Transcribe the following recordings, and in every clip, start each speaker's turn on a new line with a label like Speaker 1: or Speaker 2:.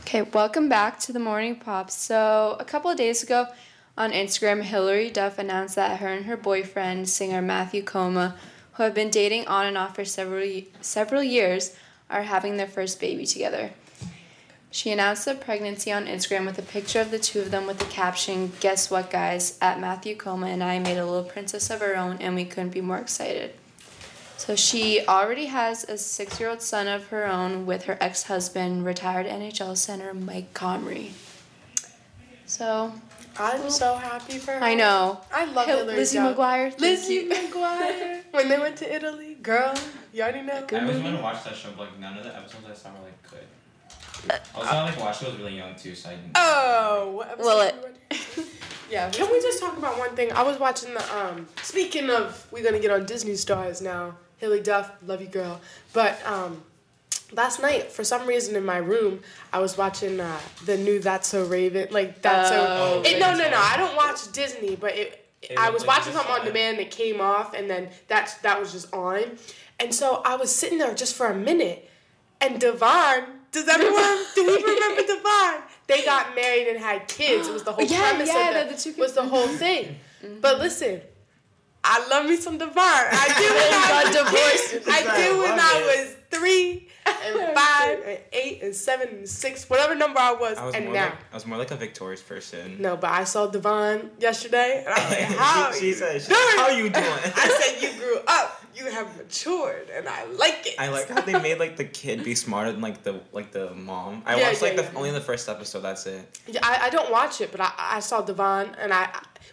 Speaker 1: Okay, welcome back to the Morning Pop. So, a couple of days ago on Instagram, Hilary Duff announced that her and her boyfriend, singer Matthew Coma, who have been dating on and off for several y- several years, are having their first baby together. She announced the pregnancy on Instagram with a picture of the two of them with the caption, "Guess what, guys? At Matthew Coma and I made a little princess of our own, and we couldn't be more excited." So she already has a six year old son of her own with her ex husband, retired NHL center Mike Comrie. So
Speaker 2: I'm so happy for her.
Speaker 1: I know.
Speaker 2: I love
Speaker 1: Hey,
Speaker 2: Hilary
Speaker 1: Lizzie
Speaker 2: Duff.
Speaker 1: McGuire. thank
Speaker 2: Lizzie
Speaker 1: you.
Speaker 2: McGuire. when they went to Italy, girl, you already know.
Speaker 1: Good
Speaker 3: I always
Speaker 1: movie.
Speaker 3: wanted to watch that show, but like none of the episodes I saw were like good. Also, I like watched those really young too, so I didn't.
Speaker 2: Uh, Oh, what episode
Speaker 1: Will
Speaker 2: we
Speaker 1: it-
Speaker 2: watching? yeah. Can we just talk about one thing? I was watching the um. Speaking of, we're gonna get on Disney stars now. Hilly Duff, love you, girl. But um, last night for some reason in my room, I was watching uh, the new That's So Raven. Like That's
Speaker 1: Oh,
Speaker 2: So. It, no,
Speaker 3: Raven.
Speaker 2: no, no. I don't watch Disney, but it.
Speaker 3: It
Speaker 2: I was
Speaker 3: was like
Speaker 2: watching
Speaker 3: just
Speaker 2: something on
Speaker 3: on.
Speaker 2: demand that came off, and then that's that was just on. And so I was sitting there just for a minute, and Devon. Does everyone do we remember Devon? They got married and had kids. It was the whole
Speaker 1: Yeah,
Speaker 2: premise
Speaker 1: yeah,
Speaker 2: of that.
Speaker 1: the- the two Mm-hmm.
Speaker 2: was the whole thing. But listen, I love me some Devon. I did when I
Speaker 1: Got
Speaker 2: was
Speaker 1: divorced.
Speaker 2: I did when
Speaker 4: love
Speaker 2: I
Speaker 4: it.
Speaker 2: was three and five and eight and seven and six, whatever number I was,
Speaker 3: I was
Speaker 2: and
Speaker 3: more
Speaker 2: now.
Speaker 3: like I was more like a victorious person.
Speaker 2: no, but I saw Devon yesterday, and I was like, "How?"
Speaker 4: she, she said, she-
Speaker 2: doing?
Speaker 4: "How you doing?"
Speaker 2: I said, "You grew up. You have matured, and I like it."
Speaker 3: I like how they made like the kid be smarter than like the like the mom. I
Speaker 2: Yeah,
Speaker 3: watched like
Speaker 2: yeah,
Speaker 3: the
Speaker 2: yeah.
Speaker 3: only the first episode. That's it.
Speaker 2: Yeah, I, I don't watch it, but I, I saw Devon, and I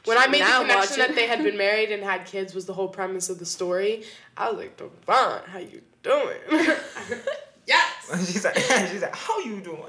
Speaker 2: when I made
Speaker 1: Now
Speaker 2: the
Speaker 1: watch it.
Speaker 2: connection that they had been married and had kids was the whole premise of the story. I was like, Devon, how you doing? yes.
Speaker 4: she's like, she's like, "How you doing?"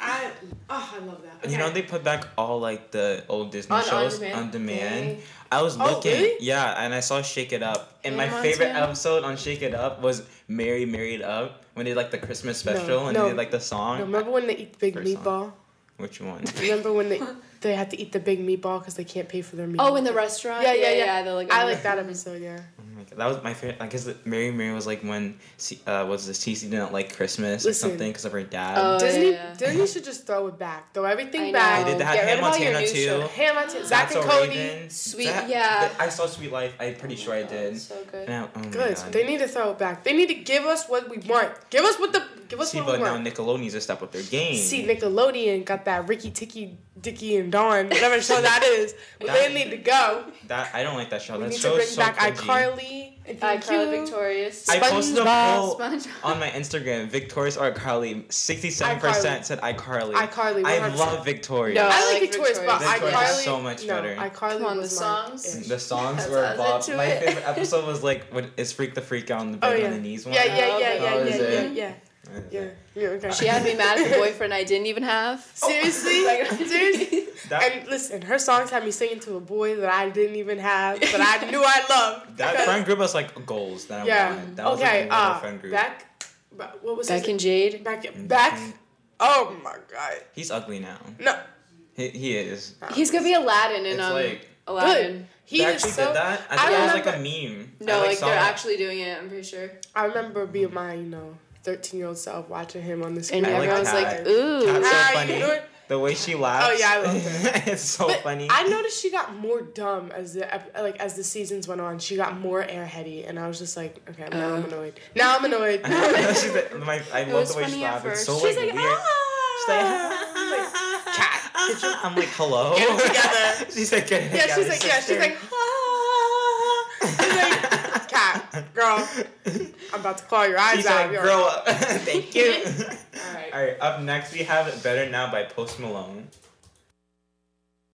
Speaker 2: I oh, I love that.
Speaker 3: You know they put back all like the old Disney
Speaker 1: On- on
Speaker 3: shows
Speaker 1: demand?
Speaker 3: on demand.
Speaker 1: Dang.
Speaker 3: I was
Speaker 2: Oh,
Speaker 3: looking,
Speaker 2: really?
Speaker 3: yeah, and I saw Shake It Up, and
Speaker 1: Hannah
Speaker 3: my favorite
Speaker 1: Montana?
Speaker 3: episode on Shake It Up was "Marry Married Up" when they did, like the Christmas special and
Speaker 2: no.
Speaker 3: they did, like the song.
Speaker 2: No, remember when they eat the big
Speaker 3: First
Speaker 2: meatball?
Speaker 3: Which one?
Speaker 2: Remember when they they have to eat the big meatball because they can't pay for their meal?
Speaker 1: Oh, in the restaurant?
Speaker 2: yeah, yeah, yeah.
Speaker 1: they're like,
Speaker 2: I like that episode. Yeah.
Speaker 3: Like, that was my favorite. I guess that Mary Mary was like when C- uh, was the Cece didn't like Christmas
Speaker 2: Listen. uh,
Speaker 3: or something because of her dad.
Speaker 1: Oh,
Speaker 2: Disney
Speaker 1: yeah.
Speaker 2: Disney should just throw it back. Throw everything
Speaker 1: I
Speaker 2: back.
Speaker 1: know.
Speaker 3: They did that
Speaker 1: Get rid
Speaker 3: Hannah
Speaker 1: of all your
Speaker 3: Montana
Speaker 1: new
Speaker 3: too.
Speaker 1: show.
Speaker 2: Ham on t- Zach
Speaker 3: That's
Speaker 2: and
Speaker 3: a
Speaker 2: Cody.
Speaker 3: Raven.
Speaker 1: Sweet-
Speaker 3: That-
Speaker 1: yeah.
Speaker 3: I saw Sweet Life. I'm pretty sure I did.
Speaker 1: So good.
Speaker 3: And I, oh my
Speaker 2: Good.
Speaker 3: God.
Speaker 2: They need to throw it back. They need to give us what we want. Give us what the give us
Speaker 3: See,
Speaker 2: what
Speaker 3: but
Speaker 2: we
Speaker 3: now
Speaker 2: want.
Speaker 3: Nickelodeon needs to step up their game.
Speaker 2: See, Nickelodeon got that Ricky Ticky Dicky and Dawn, whatever show that is. But they
Speaker 3: That-
Speaker 2: need to go.
Speaker 3: that I don't like that show.
Speaker 2: We
Speaker 3: that
Speaker 2: need
Speaker 3: show
Speaker 2: to bring
Speaker 3: is so
Speaker 2: back
Speaker 3: cringy.
Speaker 2: iCarly and
Speaker 1: I
Speaker 2: iCarly Victoria.
Speaker 1: Victorious.
Speaker 3: I posted a
Speaker 2: SpongeBob.
Speaker 3: poll on my Instagram. Victorious or iCarly? Sixty-seven
Speaker 2: iCarly.
Speaker 3: percent said iCarly.
Speaker 2: iCarly,
Speaker 3: I
Speaker 2: 100%.
Speaker 3: love Victorious.
Speaker 1: No.
Speaker 2: I
Speaker 1: like
Speaker 2: like Victoria's, but
Speaker 1: Victoria's.
Speaker 3: Victoria's
Speaker 2: iCarly
Speaker 3: is so much
Speaker 2: no,
Speaker 3: better.
Speaker 2: iCarly
Speaker 1: Come on, the
Speaker 2: was my
Speaker 1: songs?
Speaker 2: ish.
Speaker 3: The songs
Speaker 1: That's
Speaker 3: were
Speaker 1: what I was
Speaker 3: bobbed.
Speaker 1: into
Speaker 3: My
Speaker 1: it.
Speaker 3: favorite episode was like when is Freak the Freak out on the
Speaker 2: Oh
Speaker 3: bed
Speaker 2: yeah.
Speaker 3: on the knees one.
Speaker 2: yeah, yeah,
Speaker 1: Oh,
Speaker 2: yeah, yeah,
Speaker 3: that was
Speaker 2: yeah, yeah,
Speaker 3: it.
Speaker 2: yeah, yeah. Yeah, okay.
Speaker 1: She had me mad at the boyfriend I didn't even have.
Speaker 2: Seriously? Seriously?
Speaker 3: That,
Speaker 2: And listen, her songs had me singing to a boy that I didn't even have, but I knew I loved.
Speaker 3: that friend group was like goals that I
Speaker 2: Yeah.
Speaker 3: wanted. That was like
Speaker 2: okay.
Speaker 3: a wonderful
Speaker 2: uh,
Speaker 3: friend group. Mm-hmm.
Speaker 2: Beck. Beck- What was
Speaker 1: Beck
Speaker 2: his
Speaker 1: and Jade.
Speaker 2: Beck. Beck. Oh my god.
Speaker 3: He's ugly now.
Speaker 2: No.
Speaker 3: He, he is.
Speaker 1: He's gonna be Aladdin in
Speaker 3: It's
Speaker 1: um,
Speaker 3: like-
Speaker 1: Aladdin.
Speaker 2: He
Speaker 3: they
Speaker 2: is
Speaker 3: actually
Speaker 2: so.
Speaker 3: did that. I
Speaker 2: I
Speaker 3: thought it was like a
Speaker 2: remember-
Speaker 3: meme. I,
Speaker 1: No, like,
Speaker 3: saw
Speaker 1: they're
Speaker 3: that.
Speaker 1: actually doing it. I'm pretty sure.
Speaker 2: I remember being my you know thirteen year old self watching him on the
Speaker 1: And
Speaker 2: screen.
Speaker 3: I like
Speaker 1: everyone's like,
Speaker 3: Kat.
Speaker 1: ooh.
Speaker 3: Kat's
Speaker 2: Hi,
Speaker 3: so
Speaker 2: you
Speaker 3: funny.
Speaker 2: doing?
Speaker 3: The way she laughs.
Speaker 2: Oh, yeah, I love
Speaker 3: it's so
Speaker 2: But
Speaker 3: funny.
Speaker 2: I noticed she got more dumb as the ep- like as the seasons went on. She got more airheady, and I was just like, okay, now I'm
Speaker 1: Uh.
Speaker 2: annoyed. Now I'm annoyed.
Speaker 3: She's like, my, I love
Speaker 1: was
Speaker 3: the way she
Speaker 1: funny at
Speaker 3: laughs. It's so
Speaker 1: first.
Speaker 3: like,
Speaker 2: She's like,
Speaker 3: weird.
Speaker 2: ah.
Speaker 3: She's like, ah.
Speaker 2: Kat, get your
Speaker 3: I'm like, hello.
Speaker 2: Get it together.
Speaker 3: she's like, get it
Speaker 2: Yeah,
Speaker 3: together,
Speaker 2: she's like, yeah, she's
Speaker 3: sister.
Speaker 2: like, ah. She's like, cat, girl, I'm about to claw your eyes
Speaker 3: She's
Speaker 2: out.
Speaker 3: like,
Speaker 2: You're-
Speaker 3: grow up. Thank you.
Speaker 2: All right.
Speaker 3: All right, up next we have Better Now by Post Malone.